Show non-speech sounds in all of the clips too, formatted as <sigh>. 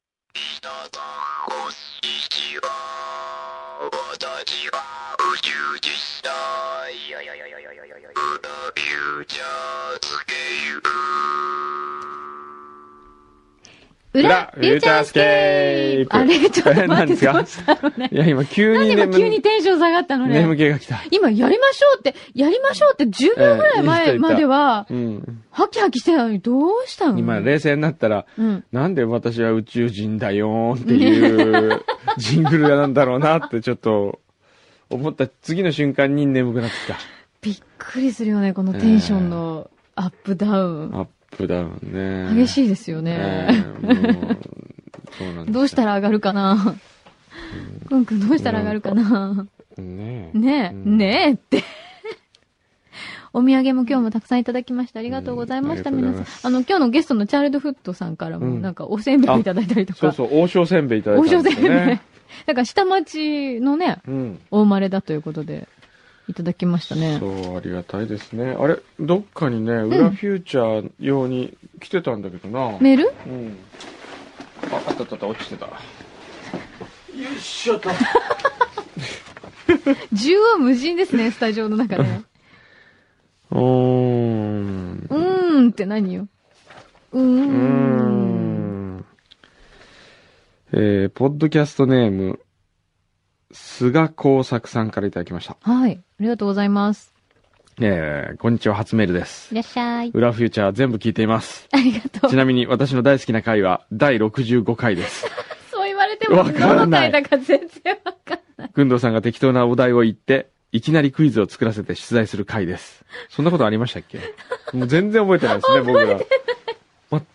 皆さんこんにちは私は宇宙実際プロフューチャースケープ裏フューチャースケープあれちょっと <laughs> 何待でっすて、かどうしたの <laughs> ねい。や、今急なんでに今眠急にテンション下がったの眠ね。気が来た。今、やりましょうって、やりましょうって10秒ぐらいええい前い人いたまではう、ん。ハキハキしてたのに、どうしたの今、冷静になったら、うん。なんで私は宇宙人だよーっていうジングルなんだろうなってちょっと思った次の瞬間に眠くなってきびっくりするよね、このテンションのアップダウた。ン。アップダウンね。激いしいですよね。そうなんですよどうしたら上がるかなくんくんどうしたら上がるかなねえねえ、うんねえって。 <laughs> お土産も今日もたくさんいただきました。ありがとうございました、うんあり皆がとさんうございま。すあの、今日のゲストのチャールドフットさんからも、うんなんかおせんべいいただいたりとそかう。そう、王将せんべいいただいた王ん将でせんすよべい。 <laughs> ね。だから下町のね、うん。お生まれだということで、いただきましたね。そう、ありがたいですね。あれ、どっかにね、裏フューチャー用に来てたんだけどな。メールうん。あ、あったあったあった、落ちてた。よいしょっと。縦横無尽ですね、スタジオの <laughs> 中で。うーうん。ーんって何よ。うーうーん。ん。えー、ポッドキャストネーム、菅耕作さんからいただきました。はい。ありがとうございます。えー、こんにちは、初メールですい。らっしゃい。裏フューチャー全部聞いています。ありがとうち。なみに私の大好きな回は第65回です。そう言われても、わからどのない回だか全然わかんない。くんどうさんが適当なお題を言って、いきなりクイズを作らせて出題する回です。そんなことありましたっけもう全然覚えてない <laughs> ですね、僕ら。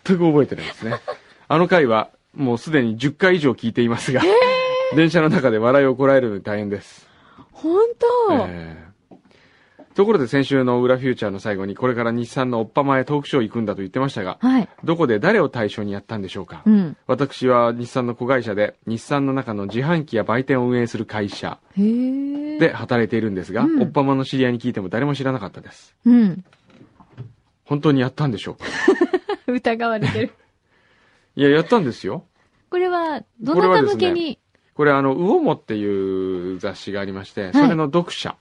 全く覚えてないですね。あの回は、もうすでに10回以上聞いていますが、電車の中で笑いをこらえるのに大変です。ほんと、えーところで先週の裏フューチャーの最後に、これから日産のおっぱまへトークショー行くんだと言ってましたが、はい。どこで誰を対象にやったんでしょうか、うん。私は日産の子会社で、日産の中の自販機や売店を運営する会社、へえ。で、働いているんですが、うんおっぱまの知り合いに聞いても誰も知らなかったです。うん。本当にやったんでしょう <laughs> か疑われてる。いや、やったんですよ。これは、どこれなはたです向ねけに、これ、あの、魚もっていう雑誌がありまして、いそれの読者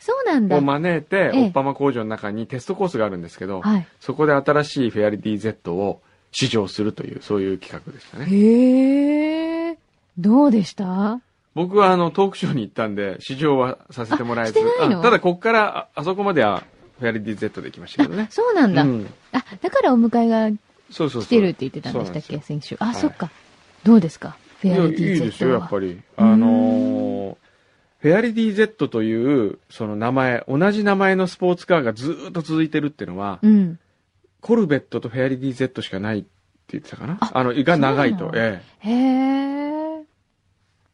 そうなんだを。招いて、ええおっぱま工場の中にテストコースがあるんですけど、はい。そこで新しいフェアリティ Z を試乗するという、そういう企画でしたね。へえ。どうでした僕は、あの、トークショーに行ったんで、試乗はさせてもらえずあしてない、のただ、こっから、ああそこまでは、フェアリティ Z で行きましたけどね。そうなんだ、うんあ、だからお迎えがそうそうそう。来てるって言ってたんでしたっそうなんけ、です先週。あ、はいそっか。どうですかフいェやアいリティい Z は。ですよ、やっぱり。あのーフェアリティ Z という、その名前、同じ名前のスポーツカーがずーっと続いてるってのは、うん。コルベットとフェアリティ Z しかないって言ってたかなああの、が長いそうと。なのえへえ。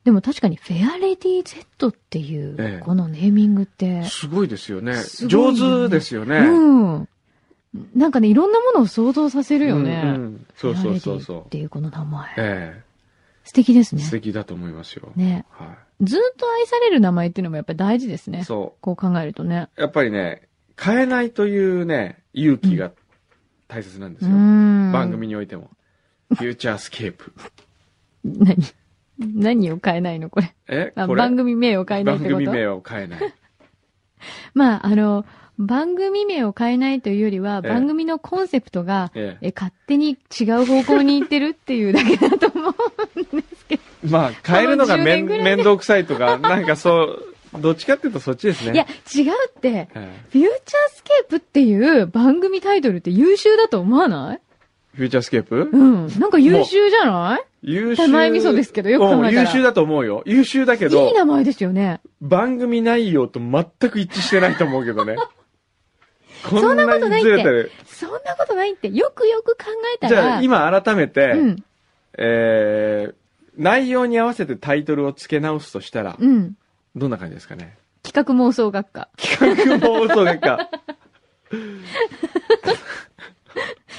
でも確かにフェアレディ Z っていえう、えこのネーミングってえ。、すごいですよね。すごい上ね手ですよね。うん。なんかね、いろんなものを想像させるよね。うんうんそうそうそフェうアレディそっう。ていうこの名前。え素敵ですえね素。敵だと思いますよ。ね。はずっと愛される名前っていうのもやっぱり大事ですい。ね。そこう考えるとね。う。やっぱりね、変えないというね、勇気が大切なんでうすーよ。ん。番組においても。フューチャースケープ。何何を変えないのこれ。えあこれ番組名を変えないってこと番組名を変え <laughs> ない。まあ、あの、番組名を変えないというよりは、ええ番組のコンセプトが、えええ勝手に違う方向に行ってるっていうだけだと <laughs> 思う。まあ、変えるのがめんこの10年ぐらい面倒くさいとか、なんかそう、どっちかっていうとそっちですね。いや、違うって、ええフューチャースケープっていう番組タイトルって優秀だと思わないフューチャースケープうん。なんか優秀じゃない優秀。手前味噌ですけどよく考えたらうん優秀だと思うよ。優秀だけいどい、名前ですよね。番組内容と全く一致してないと思うけどね。<laughs> こそんなことないってずれてる。そんなことないって、よくよく考えたら。じゃあ、今改めて、うん、えー、内容に合わせてタイトルを付け直すとしたら、うん。どんな感じですかね。 <laughs> 企画妄想学科。企画も嘘でか、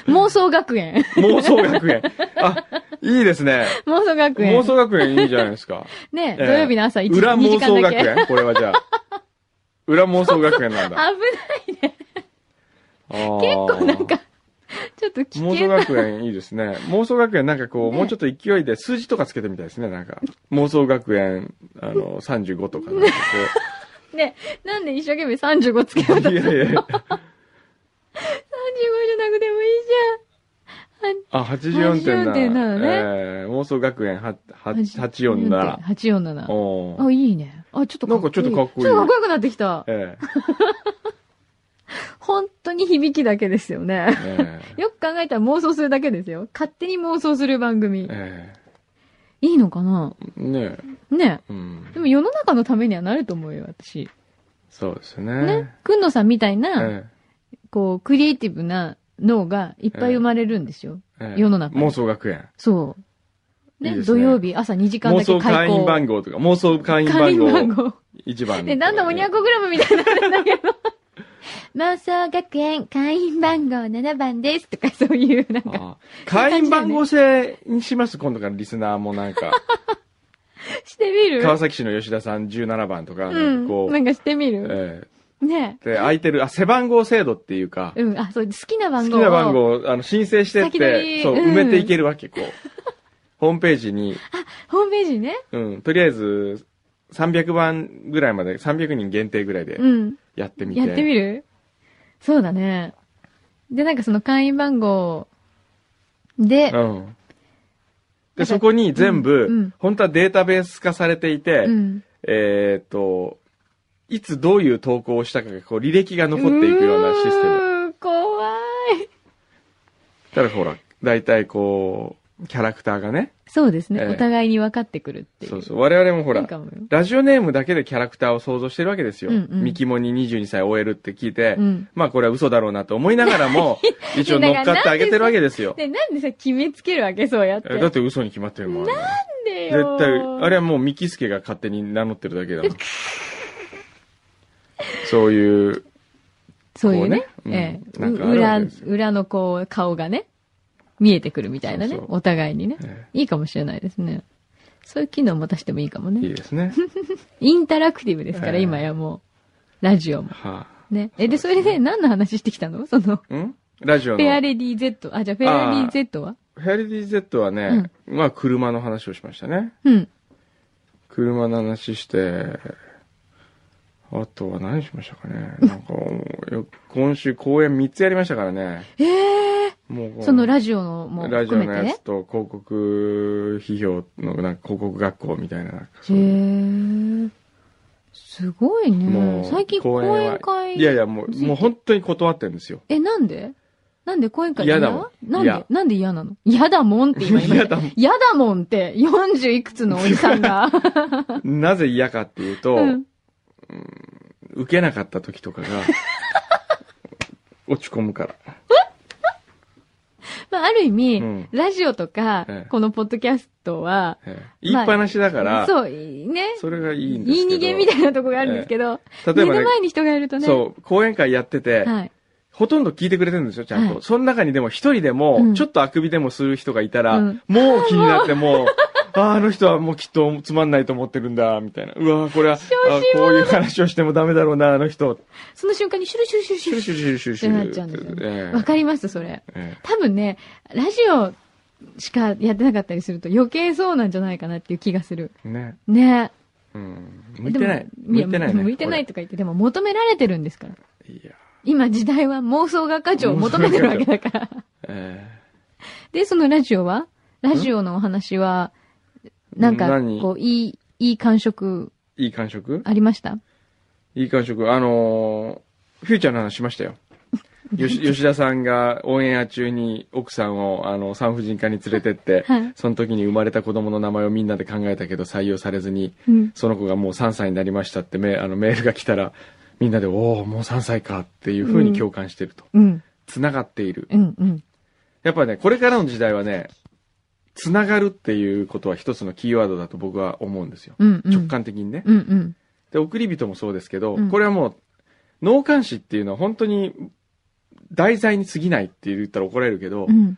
妄想学園。 <laughs> 妄想学園。あ、いいですね。妄想学園。妄想学園いいじゃないで <laughs> すか。ね、ええ土曜日の朝1、裏2時妄想間だけ。学園こ <laughs> れはじゃあ。裏 <laughs> 妄想学園なん危だ。ない。結構結構なんか、ちょっとつ危妄想険な。学園いいですね。妄想学園なんかこう、ねもうちょっと勢いで数字とかつけてみたいですね、なんか。妄想学園、あの、35とかなんかこね、なんで一生懸命35つけ <laughs> ようと。う。いやいやいや。 35じゃなくてもいいあ、84.7。 84.7ねえー妄想学園ははじゃん。 847。 847。おーあ、いいね。あ、ちょっとなんかちょっとかっこいいちょっとかっこよくなってきた。ええ本当に響きだけですよね。えよく考えたら妄想するだけですよ。勝手に妄想する番組。ええいいのかなえねね。え。うでん。も世の中のためにはなると思うよ、私。そうですねね。。くんのさんみたいな、えこう、クリエイティブな脳がいっぱい生まれるんですよ。えええ世の中に妄想学園。そう。いいね、です土ね曜日朝2時間だけ妄想開会講。員番号とか、妄想会員会番員番号号。一番。ね、何度も200グラムみたいになるんだけ <laughs> ど。妄想学園会員番号7番ですとかそういう、なんか、あー会員番号制にします、今度からリスナーもなん <laughs> か。してみる川崎市の吉田さん17番とか、うん。こう、なんかしてみる。えねえで、空いてる、あ、背番号制度っていうか、うん。あ、そう、好きな好番き号を。な番号をあの申請してっ先取りて、そう、うん埋めていけるわけ、こう。ホームページに、ホームページね。うん、とりあえず、300番ぐらいまで、300人限定ぐらいでうん。やってみて。やってみる。るそうだね。で、なんかその会員番号で、うん。なんかで、そこに全部、うんうん本当はデータベース化されていて、うん。えーっと、いつどういう投稿をしたかが、こう、履歴が残っていくようなシステム。うーん怖い。ただほら、大体こう、キャラクターがね、そうですね。ええお互いに分かってくるっていう。そうそう、我々もほいいら、かもよ。ラジオネームだけでキャラクターを想像してるわけですよ。うんうんミキモに22歳 OL って聞いて、うん。まあこれは嘘だろうなと思いながら <laughs> も、一応乗っかってあげてるわけですよ。で、なんでさ、決めつけるわけそうやって。えだって嘘に決まってるもん。あれで絶よ対、あれはもうミキスケが勝手に名乗ってるだ <laughs> けだもん。そういう、そういうねこ。うねええうんなんかうあ裏、るわけですよ裏のこう、顔がね、見えてくるみたいなね。そうそうお互いにね。えいいかもしれないですね。そういう機能も出してもいいかもえいね。いですね。インタラクティブですから、ええ今やもう。ラジオも。はね。え、で、それで何の話してきたのその、フあ、んラジオの。ェアレディ Z。あ、じゃあフェアレディ Z はフェアレディ Z はね、まあ車の話をしましたね。うん。車の話して、あとは何しましたか <laughs> ね。なんかもうよ、今週公演3つやりましたからね。ええもうこう、そのラジオのもラジ含オめのてやねつ。と広告批評の、なんか広告学校みたいななんかへそういうえ。すごいもねう。最近講演会。いやいや、もう、もう本当に断ってるんですよ。え、なんでなんで講演会嫌だもんなん嫌でなんで嫌なの嫌だもんって今言いました。嫌だもん嫌だもんって、40いくつのおじさんが。なぜ嫌かっていうと、うん受けなかった時と <laughs> かが、落ち込むから。まあ、ある意味、うんラジオとか、ええこのポッドキャストは、ええ言いっぱなしだから、そう、ね。それがいいんです言い逃けど。げみたいなとこがあるんですけど、例えば目ねの、前に人がいるとね。そう、講演会やってて、はい。ほとんど聞いてくれてるんですよ、ちゃんと。はいその中にでも一人でも、うんちょっとあくびでもする人がいたら、うんもう気になってもう、あーあの人はもうきっとつまんないと思ってるんだ、みたいな。うわーこれは、あーこういう話をしてもダメだろうな、あの人。その瞬間にシュルシュルシュルシシュュルルシュシュルシってュルシュルシュなっルちゃうんですよねええわかります、それ。え多分ね、ラジオしかやってなかったりすると余計そうなんじゃないかなっていう気がする。えね。ね。うん。向いてない。でも向いてないね。や向いてないことか言って、でも求められてるるんですから。れ。いや。今時代は妄想画家長を求めてるわけだから。えで、そのラジオはラジオのお話は、んなんか、何こう、いい、いい感触えいい感触ありましたいい感触。あのーフューチャーの話しまし <laughs> たよ。よし吉田さんがオンエア中に奥さんをあの産婦人科に連れてって、はいその時に生まれた子供の名前をみんなで考えたけど採用されずに、うん。その子がもう3歳になりましたってメあのメールが来たら、みんなで、おお、もう3歳かっていう風に共感してると。うん。つながっている。うん。うん。やっぱね、これからの時代はね、つながるっていうことは一つのキーワードだと僕は思うんですよ。うん。うん直。感的にね。うん。うん。で、送り人もそうですけど、うんこれはもう、脳幹視っていうのは本当に、題材に過ぎないって言ったら怒られるけど、うん。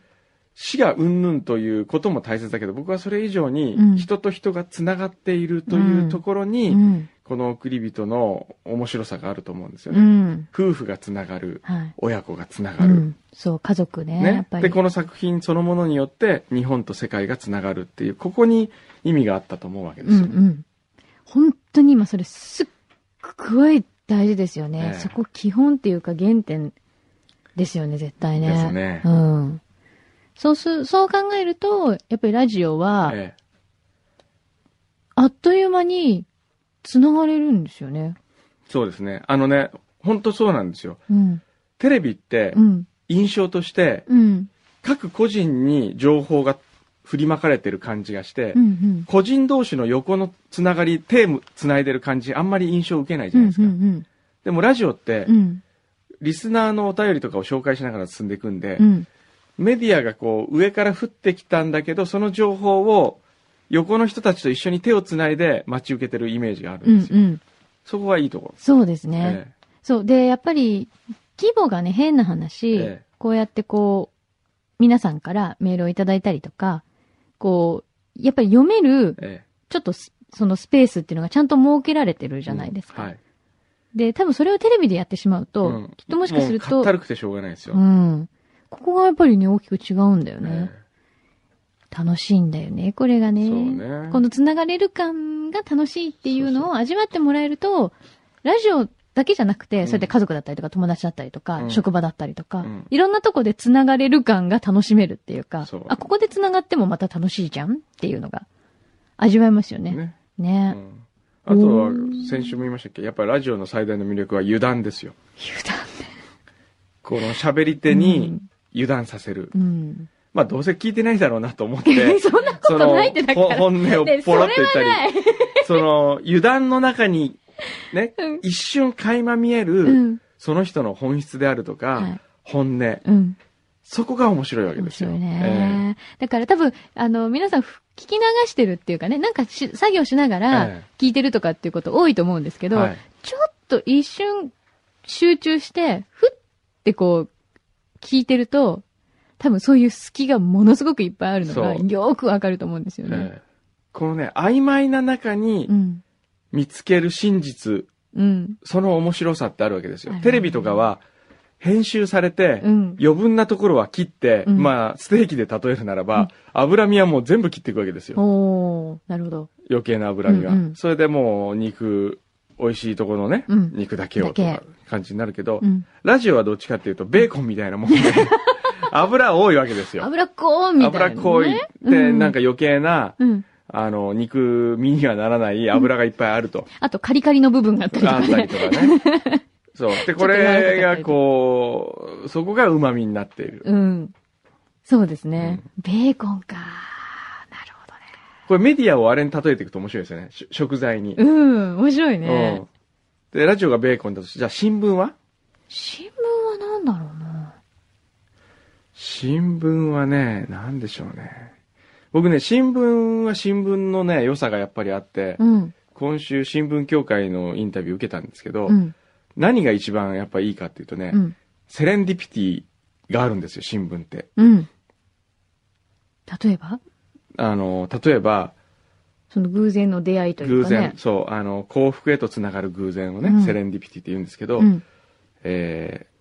死が云々ということも大切だけど、僕はそれ以上うんに、人と人がつながっているというところに、うん。この送り人の面白さがあると思うんですようね。ん。夫婦がつながる、はい。親子がつなうがる。ん。そう、家族ね。やっねぱ、り。でこの作品そのものによって日本と世界がつながるっていうここに意味があったと思うわけでうすんよ、うん。本当に今それすっごい大事ですよね。ええそこ基本っていうか原点ですよね、絶対ね。ですねうん。そうす、そう考えると、やっぱりラジオは、ええあっという間に繋がれるんですよね。そうですねあのね本当そうなんですようん。テレビってうん。印象としてうん。各個人に情報が振りまかれてる感じがして、うん。うん。個人同士の横のつながりテームつないでる感じあんまり印象受けないじうん。ゃないですうか、ん。でもラジオってうん。リスナーのお便りとかを紹介しながら進んでいくんで、うん。メディアがこう上から降ってきたんだけど、その情報を横の人たちと一緒に手をつないで待ち受けてるイメージがあるうんんです。よ。うん。そこがいいところ。そうですね。えそう。で、やっぱり、規模がね、変な話、ええこうやってこう、皆さんからメールをいただいたりとか、こう、やっぱり読める、えええちょっとスそのスペースっていうのがちゃんと設けられてるじゃないですか。うんはい。で、多分それをテレビでやってしまうと、うんきっともしかするもうかとった、るくてしょうがないですよ。うん。ここがやっぱりね、大きく違うんだよえね。楽しいんだよね、これがえね。そうね。この繋がれる感が楽しいっていうのを味わってもらえると、ラジオだけじゃなくて、んそうやって家族だったりとか友達だったりとか、うん職場だったりとか、うんいろんなとこで繋がれる感が楽しめるっていうかそう、あ、ここで繋がってもまた楽しいじゃんっていうのが味わえますよね。ね。ねうんあとは、先週も言いましたっけやっぱりラジオの最大の魅力は油断ですよ。油断この喋り手に油断させる。うん。まあどうせ聞いてないだろうなと思って。 <laughs> そんなことないってだかそのら。ほ本音をねポロって言ったり。そその、油断の中に、ね、うん一瞬垣間見える、れはない。うん。その人の本質であるとか、はい本音、うん。そこが面白いわけ面ですよ。白いね、だから多分、あの、皆さんふ聞き流してるっていうかね、なんかし作業しながえらえ聞いてるとかっていうこと多いと思うんですけええど、はいちょっと一瞬集中して、ふってこう、聞いてると、多分そういう隙がものすごくいっぱいあるのがそうよくわかると思うんですよね。ええこのね、曖昧な中にうん。見つける真実、うん。その面白さってあるわけですよあ。るテレビとかは、編集されて、うん。余分なところは切って、うんまあ、ステーキで例えるならば、脂身はもう全部切っていくわけですよ。おー、なるほど。余計な脂身は、うんうんそれでもう肉美味しいところのね、うん肉だけをとか感じになるけど、うん。ラジオはどっちかっていうとベーコンみたい <laughs> なもんで油多いわけですよ油っこーみたいな、油ね。濃いって、うんなんか余計なうん。あの肉身にはならない油がいっぱいあると、あとカリカリの部分があったりとあかったりね。とかね <laughs> そうでちょっと柔らこれかかったりがとかこうそこが旨味になっているうん。そうですね。ベーコンか。なるほどね。これメディアをあれに例えていくと面白いですよねし食材に、うん、面白いねう。んでラジオがベーコンだとしてじゃあ新聞は新聞は何だろうな。新聞はね、なんでしょうね。僕ね、新聞は新聞のね、良さがやっぱりあって、うん。今週新聞協会のインタビュー受けたんですけど、うん。何が一番やっぱいいかっていうとね、うん。セレンディピティがあるんですよ、新聞って。うん。例えばあの、例えば、その偶然の出会いという偶か然、ね。そう、あの、幸福へとつながる偶然をね、うんセレンディピティって言うんですけど、うん。えー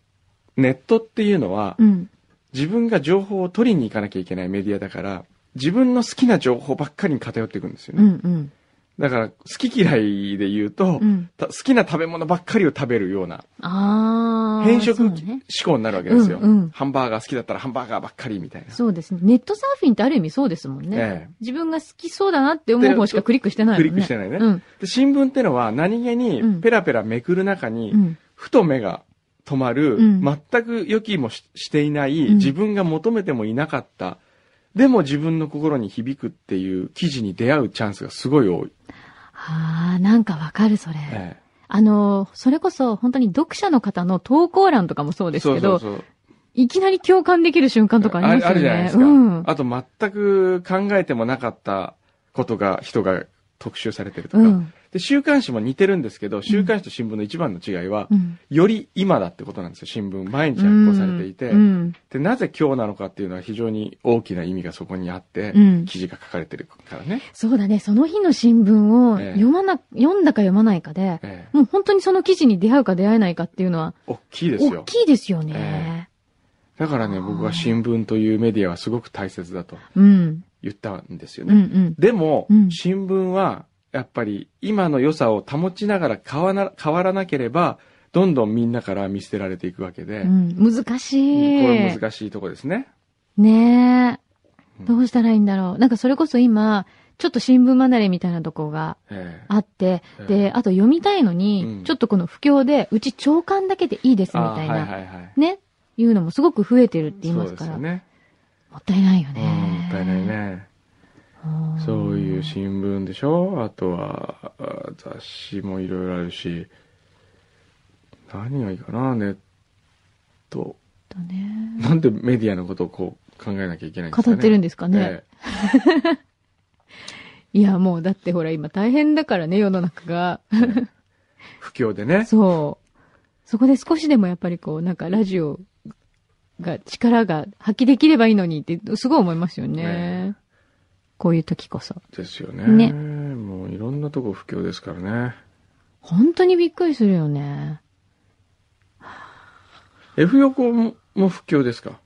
ネットっていうのは、うん。自分が情報を取りに行かなきゃいけないメディアだから、自分の好きな情報ばっかりに偏っていくんですよね。うん。うん。だから、好き嫌いで言うと、うん。た好きな食べ物ばっかりを食べるような、あー。変色そう思ね。考になるわけですよ、うんうんハンバーガー好きだったらハンバーガーばっかりみたいな。そうですね。ネットサーフィンってある意味そうですもんね。え自分が好きそうだなって思う方しかクリックしてないもんね。クリックしてないねうん。えで新聞ってのは何気うにんペラペラめくる中に、うん。ふと目が止まる、うん全く予期もししていない、うん自分が求めてもいなかった、でも自分の心に響くっていう記事に出会うチャンスがすごい多い。あー、なんかわかる、それ。えあの、それこそ本当に読者の方の投稿欄とかもそうえですけど、そうそうそういきなり共感できる瞬間とかありますよね。るじゃないですか。うん。あと全く考えてもなかったことが、人が特集されてるとか、うん。で、週刊誌も似てるんですけど、週刊誌と新聞の一番の違いは、うん。より今だってことなんですよ、新聞。毎日発行されていて。うん。で、なぜ今日なのかっていうのは非常に大きな意味がそこにあって、うん記事が書かれてるからね。そうだね、その日の新聞をええ読まな、読んだか読まないかで、ええもう本当にその記事に出会うか出会えないかっていうのは、大きいです大よ。きいですよね。だからね、僕は新聞というメディアはすごく大切だとうん。言ったんですようね。んうん。でも、うん新聞は、やっぱり今の良さを保ちながら変わな変わらなければ、どんどんみんなから見捨てられていくわけで、うん、難しい。これ難しいとこですね。ねえ。うんどうしたらいいんだろう。なんかそれこそ今、ちょっと新聞離れみたいなとこがええあって、で、あと読みたいのに、うんちょっとこの不況で、うち長官だけでいいですみあたいな、はいはいはい。ね、いうのもすごく増えてるって言いそまうすでかすら、よね。もったいないようん、ね。もったいないね。うん。そういう新聞でしょあとは、あ雑誌もいろいろあるし、何がいいかなネット。だね。なんでメディアのことをこう考えなきゃいけないんですか語ね。ってるんでですかね。いや、もうだってほら今大変だからね、世の中が。 <laughs> 不況でね。そう。そこで少しでもやっぱりこう、なんかラジオが、力が発揮できればいいのにって、すごい思いますよね。ねこういう時こそ。ですよね。ねもういろんなとこ不況ですからね。本当にびっくりするよね。 F 横もも不況ですか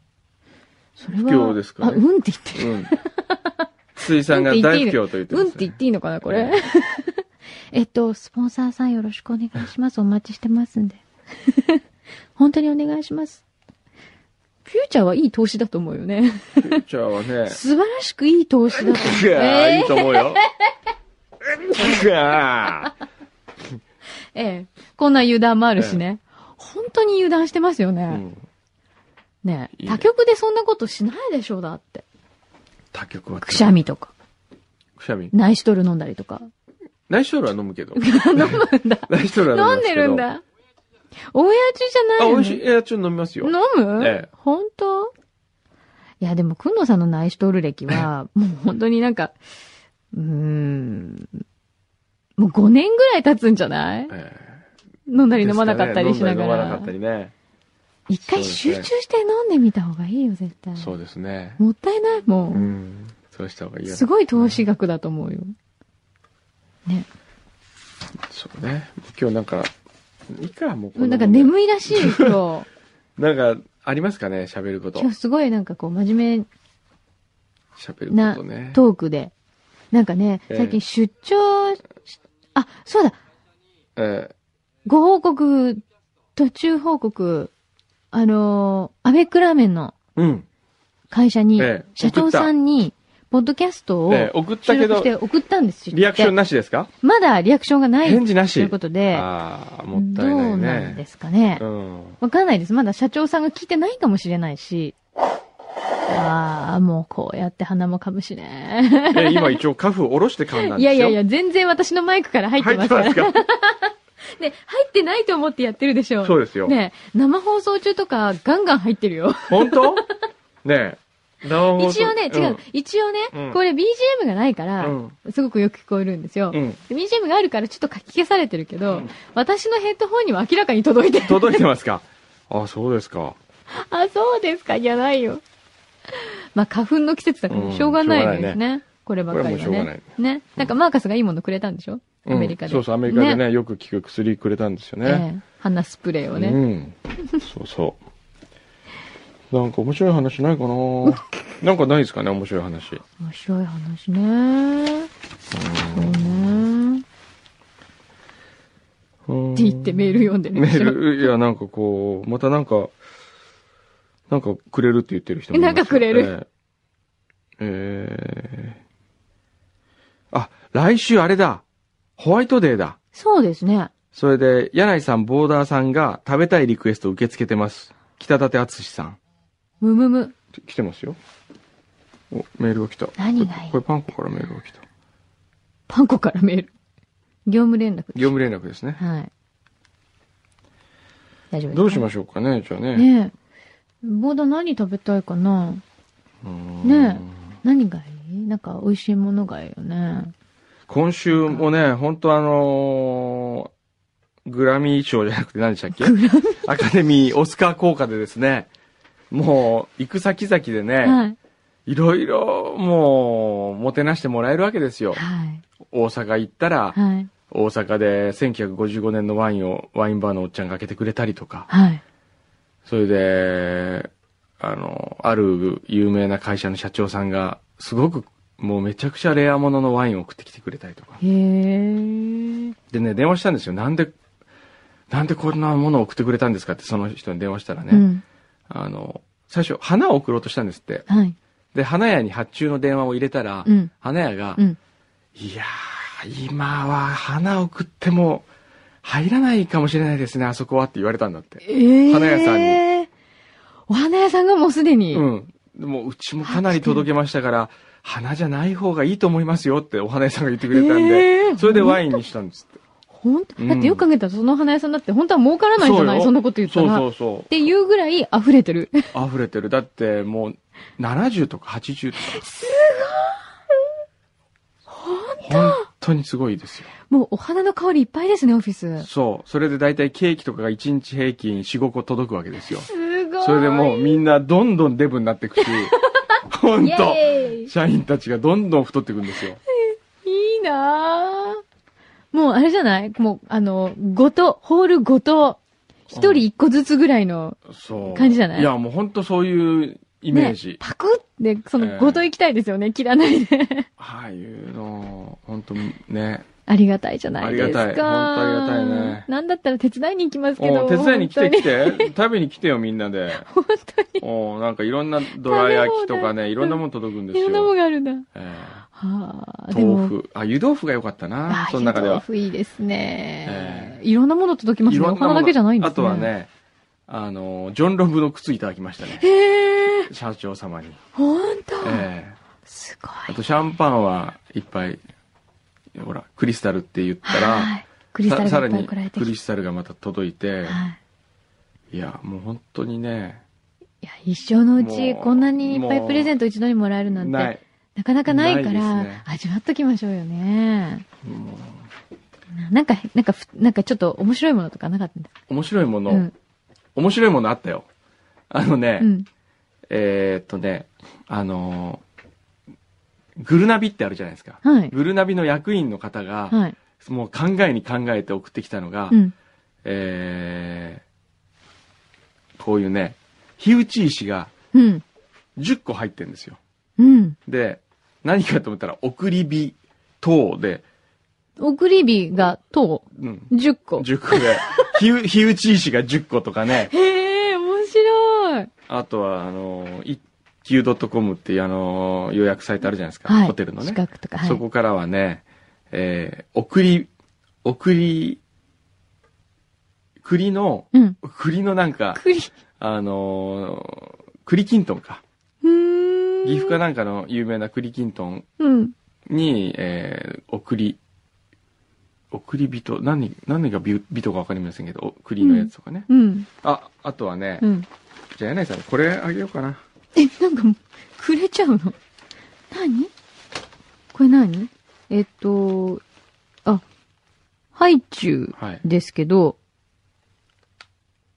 それは。不況ですかねあ、うんって言ってうる。 <laughs> ん。水産が大不況と言ってうます、んね。って言っていいのかな、これ。ええっと、スポンサーさんよろしくお願いします。お待ちしてますんで。 <laughs> 本当にお願いします。フューチャーはいい投資だと思うよね。えフューチャーはね。素晴らしくいい投資だと思う。いやーいいえと思うよ。いやーえええこんな油断もあるしね。本当に油断してますよね。うんねえいいね他局でそんなことしないでしょうだって。他局は。くしゃみとか、くしゃみ。ナイシトル飲んだりとか。ライショー <laughs> ルは飲 <laughs> むけど。飲むんだ。ライショールは飲飲んむでるん。だ。オンエア中じゃなあ、い美よ、味しい。ね。いや、ちょっと飲みますよ。飲む、ええ本当いや、でも、くんのさんのナイシトル歴は、もう本当になんか、うーん、もう5年ぐらい経つんじゃないえ飲んえだり飲まなかったりしなが飲んだり飲まならかった。りね。一回集中して飲んでみた方がいいよ、絶対。そうですね。もったいない、もうう。ん。そうした方がいいよ。すごい投資額だと思うよ。ね。そうね。今日なんか、いいか、もうこもうなの。んか眠いらしい、 <laughs> 今日。なんか、ありますかね喋ること今。日すごいなんかこう、真面目喋ることね。トークで。なんかね、ええ最近出張し、あ、そうだ、えご報告、途中報告、あのー、アベックラーメンのえうん。会社にええ、社長さんに、ポッドキャストをええ送った収け録しど、て送ったんですリアクションななしですかまだリアクションがない返事なしということで、ああ、もったいどうなないんねで。すかね。うん。わかんないです。まだ社長さんが聞いてないかもしれないし。ああ、もうこうやって鼻もかむしね。え、今一応カフ下ろして噛んだんですよ。いやいやいや、全然私のマイクから入って入っますてから。ますかね、入ってないと思ってやってるでしょ。そうですよ。ね生放送中とかガンガン入ってるよ。本当ねえ。一応ね、違う。一応ね、うんこれ BGM がないから、うんすごくよく聞こえるんですよ。うん。うん。 BGM があるからちょっと書き消されてるけど、私のヘッドホンには明らかに届いてる。届いてますかあ、そうですか。 <laughs> あ、そうですか、じゃないよ。まあ、花粉の季節だからうんしょうがないでしょすうね。こればっかりはね。これはもうしょうがないね。なんかマーカスがいいものくれたんでしょ、アメリカうんで。そうそう、アメリカでね、よく聞く薬くれたんですよええね。鼻スプレーをね。うん。そうそう。なんか面白い話な <laughs> いかななんかないですかね、面白い話。面白い話ね。そうね。うんって言ってメール読んでるメでしょール、いや、なんかこう、またなんか、なんかくれるって言ってる人もいますよなんかくれる。えええあ、来週あれだ。ホワイトデーだ。そうですね。それで、柳井さん、ボーダーさんが食べたいリクエスト受け付けてます。北舘敦さん。むむむ。来てますよ。お、メールが来た。何がいいこれこれパンコからメールが来た。パンコからメール。業務連絡。業務連絡ですね。はい。大丈夫ですかどうしましょうかね、じゃあね。ねえ。ボーダー何食べたいかなうーんねえ。何がいいなんか美味しいものがいいよね。今週もね、本当あのーグラミー賞じゃなくて何でしたっけアカデミー、オスカー効果でですね、もう、行く先々でね、はい。い、ろいろ、もう、もてなしてもらえるわけですよ。はい。大阪行ったら、はい。大阪で1955年のワインを、ワインバーのおっちゃんが開けてくれたりとか、はい。それで、あの、ある有名な会社の社長さんが、すごく、もうめちゃくちゃレアもののワインを送ってきてくれたりとか。へえ。でね、電話したんですよ。なんで、なんでこんなものを送ってくれたんですかって、その人に電話したらね、うん。あの、最初、花を送ろうとしたんですって。はい。で、花屋に発注の電話を入れたら、うん花屋が、うん。いやー、今は花を送っても入らないかもしれないですね、あそこはって言われたんだって。ええ。花屋さんに。お花屋さんがもうすでに。うん。でもうちもかなり届けましたから、花じゃない方がいいと思いますよってお花屋さんが言ってくれたんで、ええそれでワインにしたんですって。ほんとうんだってよく考えたらその花屋さんだって本当は儲からないじゃなういよそんなこと言ったら。そっうそうていうぐらい溢れてる。そう。溢れてる。だってもう70とか80とか。すごい本当にすごいですよ。もうお花の香りいっぱいですね、オフィス。そう。それで大体ケーキとかが1日平均4、5個届くわけですよ。すごい。それでもうみんなどんどんデブになってい <laughs> くし、ほんイと、エーイ社員たちがどんどん太っていくんですよ。いいなぁ。もうあれじゃないもう、あの、ごと、ホールごと、一人一個ずつぐらいのそう。感じじゃないいや、もうほんとそういうイメージ。ね、パクって、そええの、ごと行きたいですよね、切らないで。 <laughs> ああいうの、本当ね。ありがたいじゃないですか。ありがたいほんとありがたいねなんだったら手伝いに行きますけど。おう手伝いに来て本当来て。食べに来てよ、みんなで。本当に。 <laughs> おうなんかいろんなどら焼きとか食べ放ね、題いろんなもの届くんですいよ。ろんなもんがあるんだ。えはえあ、でも豆。腐。あ、湯豆腐が良かったなあ。その中で湯豆は。腐いいですねえ、いろんなもの届きますいね。ろおんなも花のだけじゃないんですね。あとは。ね、あの、ジョン・ロブの靴いただきまし <laughs> たね。へえ、社長様に。ほんと、ええすごい。あとシャンパンはいっぱい、ほら、クリスタルって言ったはら、い、クリスタルささがらいっぱいに送られてクきリて。スタルがまた届いはて、いいや、もう本当にね、いや、一生のうちもうこんなにいっぱいプレゼント一度にもらえるなんて、な。ないかなかないかなら、いですね味わっときましょうよね。もうなんか、なんかふ、なんかちょっと面白いものとかなかったんですか面白いもの、うん。面白いものあったよ。あのね、うん。えーっとね、あのーグルナビってあるじゃないですか。はい。グルナビの役員の方が、はい。もう考えに考えて送ってきたのが、うん。えーこういうね、火打ち石がうん。 10個入ってるんですよ。うん。で、何かと思ったら、送り火等で、送り火が、とうん、う、10個。 10 <laughs> 個で、火打火打ち石が10個とかね、へえ、面白い。あとは、あの、一級 .com っていうあの、予約サイトあるじゃないですか。はい。ホテルのね資。格とか、はい。そこからはね、えー、送り、送り、栗の、うん。栗のなんか、栗。うあのー栗きんとんか。ーん。岐阜かなんかの有名な栗きんとんうん。に、えー、送り、送り人、何、何がび人かわかりませんけど、お栗のやつとかね。うん。あ、あとはね、うん。じゃあ柳井さん、これあげようかな。え、なんかもう、くれちゃうの何これ何えっと、あ、ハイチュウはい。ですけど、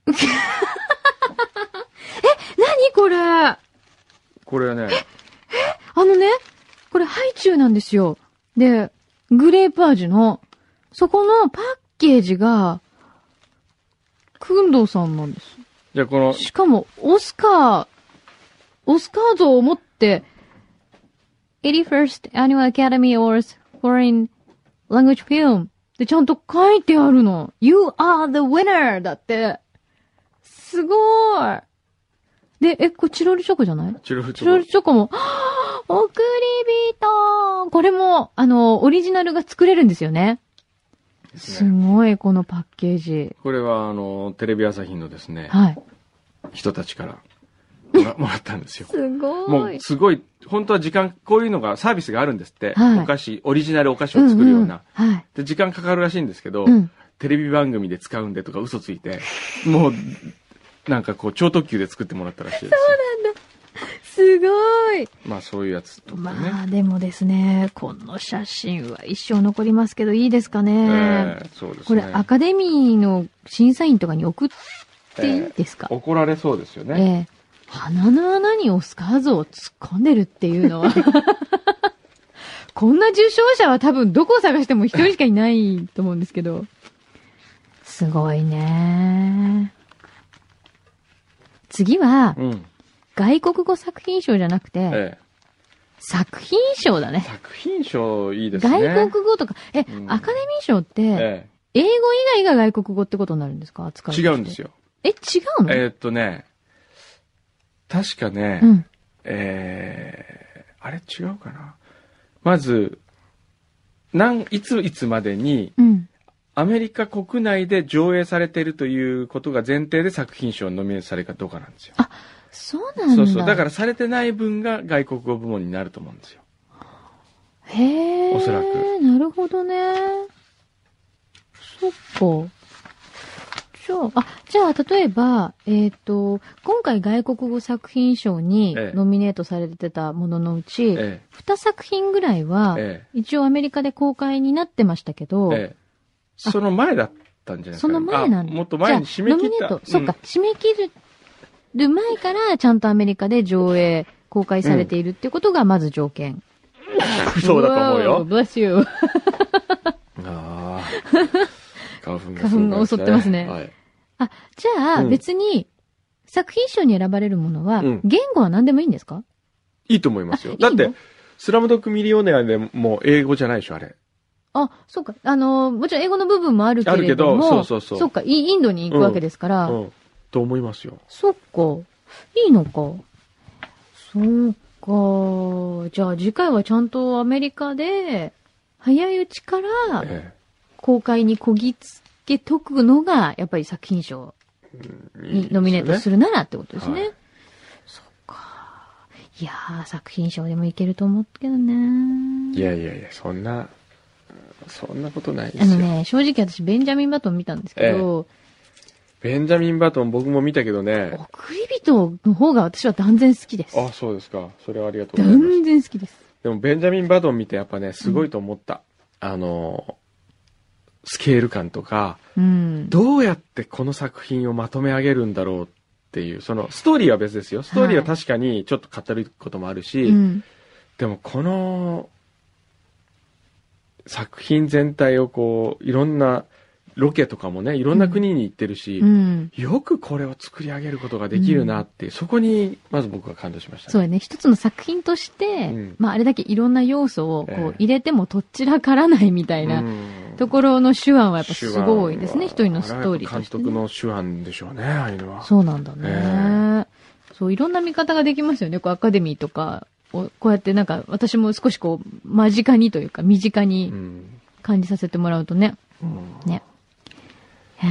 <laughs> え、何これあこれはね、のね、これハイチュウなんですよ。で、グレープ味の、そこのパッケージが、くんどうさんなんです。じゃあこの、しかも、オスカー、オスカー像を持って、81st Annual Academy Awards Foreign Language Film でちゃんと書いてあるの。You are the winner! だって。すごーい。で、え、これチロルチョコじゃないチロルチチロルョチョコも、 <gasps> はぁ送り人これも、あの、オリジナルが作れるんですよね。コですすね。ごい、このパッケージ。これは、あの、テレビ朝日のですね、はい。人たちからもら <laughs> もらったんですよ。すもごうい。すごい、本当は時間、こういうのが、サービスがあるんですって、はいお菓子、オリジナルお菓子を作るような。んんはい。で、時間かかるらしいんですけど、うんテレビ番組で使うんでとか嘘ついて、もう、なんかこう、超特急で作ってもらったらしいですよ。すごい。まあそういうやつとかね。まあでもですね、この写真は一生残りますけど、いいですかね。ええそうですね。これ、アカデミーの審査員とかに送っていいですか、怒られそうですよえね。え鼻の穴にオスカー像を突っ込んでるっていう <laughs> のは。こんな受賞者は多分どこを探しても一人しかいないと思うんですけど。すごいね。次は、うん。外国語作品賞じゃなくて、え作品賞だえ。ね。作品賞いいですね。外国語とか、え、うんアカデミー賞って、え英語以外が外国語ってことになるんですか扱え。い違うんですよ。よ。え、違うの、えーっとね、確かね、うん。えーあれ違うかな。まず、なん、いついつまでに、うん。アメリカ国内で上映されているということが前提で作品賞にノミネートされるかどうかなんですよ。そうなんだ。そうそう。だからされてない分が外国語部門になると思うんですよ。へえ。おそらく。なるほどね。そっか。じゃあ、あ、じゃあ、例えば、えっ、と、今回外国語作品賞にええノミネートされてたもののうち、二え作品ぐらいえは、え一応アメリカで公開になってましたけど、えええその前だったんじゃないですかそね、の前なんあだ。もっと前にじ締ゃあめ切った。ノミネート、そっか、締め切る前からちゃんとアメリカで上映、公開されているってことがまず条件。うん。 <laughs> そうだと Wow, 思うよ。 bless you. ああ。花粉が <laughs> 花粉が襲ってますねはい。あ、じゃあ、うん別に、作品賞に選ばれるものは、うん言語は何でもいいんですかいいと思いますあよ。いいだのって、スラムドッグミリオネアでも英語じゃないでしょ、あれ。あ、そうか。あのー、もちろん英語の部分もあるけれども、あるけどそうそうそうっか、イインドに行くわけですから、うん。と思いますよ。そっか。いいのか。そうか。じゃあ次回はちゃんとアメリカで、早いうちからえ公開にこぎつけとくのが、やっぱり作品賞えにノミネートする。るならってことですね。はいそっか。いやー、作品賞でもいけると思うけどね。いやいやいや、そんな、そんなことないであすのよ。ね、正直私、ベンジャミン・バトン見たんですけど、ベンジャミン・バトン僕も見たけどね。送り人の方が私は断然好きです。あ、そうですか。それはありがとうございます。断然好きです。でも、ベンジャミン・バトン見てやっぱね、すごいと思った。あの、スケール感とか、うん。どうやってこの作品をまとめ上げるんだろうっていう、その、ストーリーは別ですよ。ストーリーは確かにちょっと語ることもあるし、うんでもこの作品全体をこういろんなロケとかもねいろんな国に行ってるし、うん。よくこれを作り上げることができるなって、そこにまず僕は感動しましたそうね、やね。一つの作品として、うんまあ、あれだけいろんな要素をこええう入れてもとっちらからないみたいなうんところの手腕はやっぱすごいですね。一手腕人はのストーリーとしてね、監督の手腕でしょうねああいうのはそうなんだね。えそう、いろんな見方ができますよね。こう、アカデミーとかを、こうやってなんか、私も少しこう、間近にというか、身近うにん感じさせてもらうとね。うんね。いやー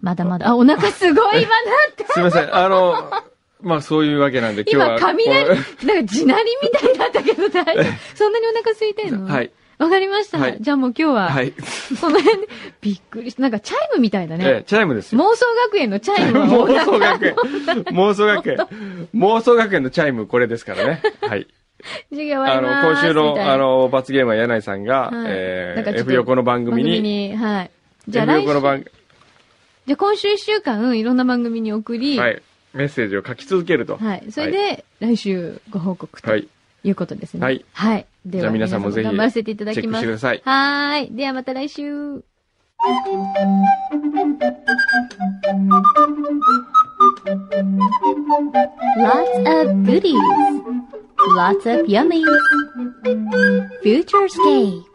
まだまだ、あ、お腹すごい今なって、すいませんあの <laughs> まあそういうわけなんで今日今、は雷、なんこか地鳴りみたいだったけど大丈 <laughs> 夫。そんなにお腹空いてんのの <laughs> はい。わかりました。はいじゃあもう今日は、はい、この辺で、びっくりした。なんかチャイムみたいだね。 <laughs> ええチャイムですよ妄想学園のチャイムはお <laughs> 妄腹想学園。妄想学園。妄想学園のチャイム、これですからね。はい。授業終わりあの、ますみ今週たいの、なあの、罰ゲームは柳井さんが、はいえなんかちー、ょっと F 横の番組番に、組に、はい。じゃあ F 来週、横の番、じゃあ今週一週間、いろんな番組に送り、は。い、メッセージを書き続けると。はい。それで、来週ご報告とはい。いうことですね。はい。はい。では、じゃあ皆さんもぜひ頑張らせていただチェきックましてくす。ださい。はーい。ではまた来週。 Lots of goodies. Lots of yummies. Futurescape.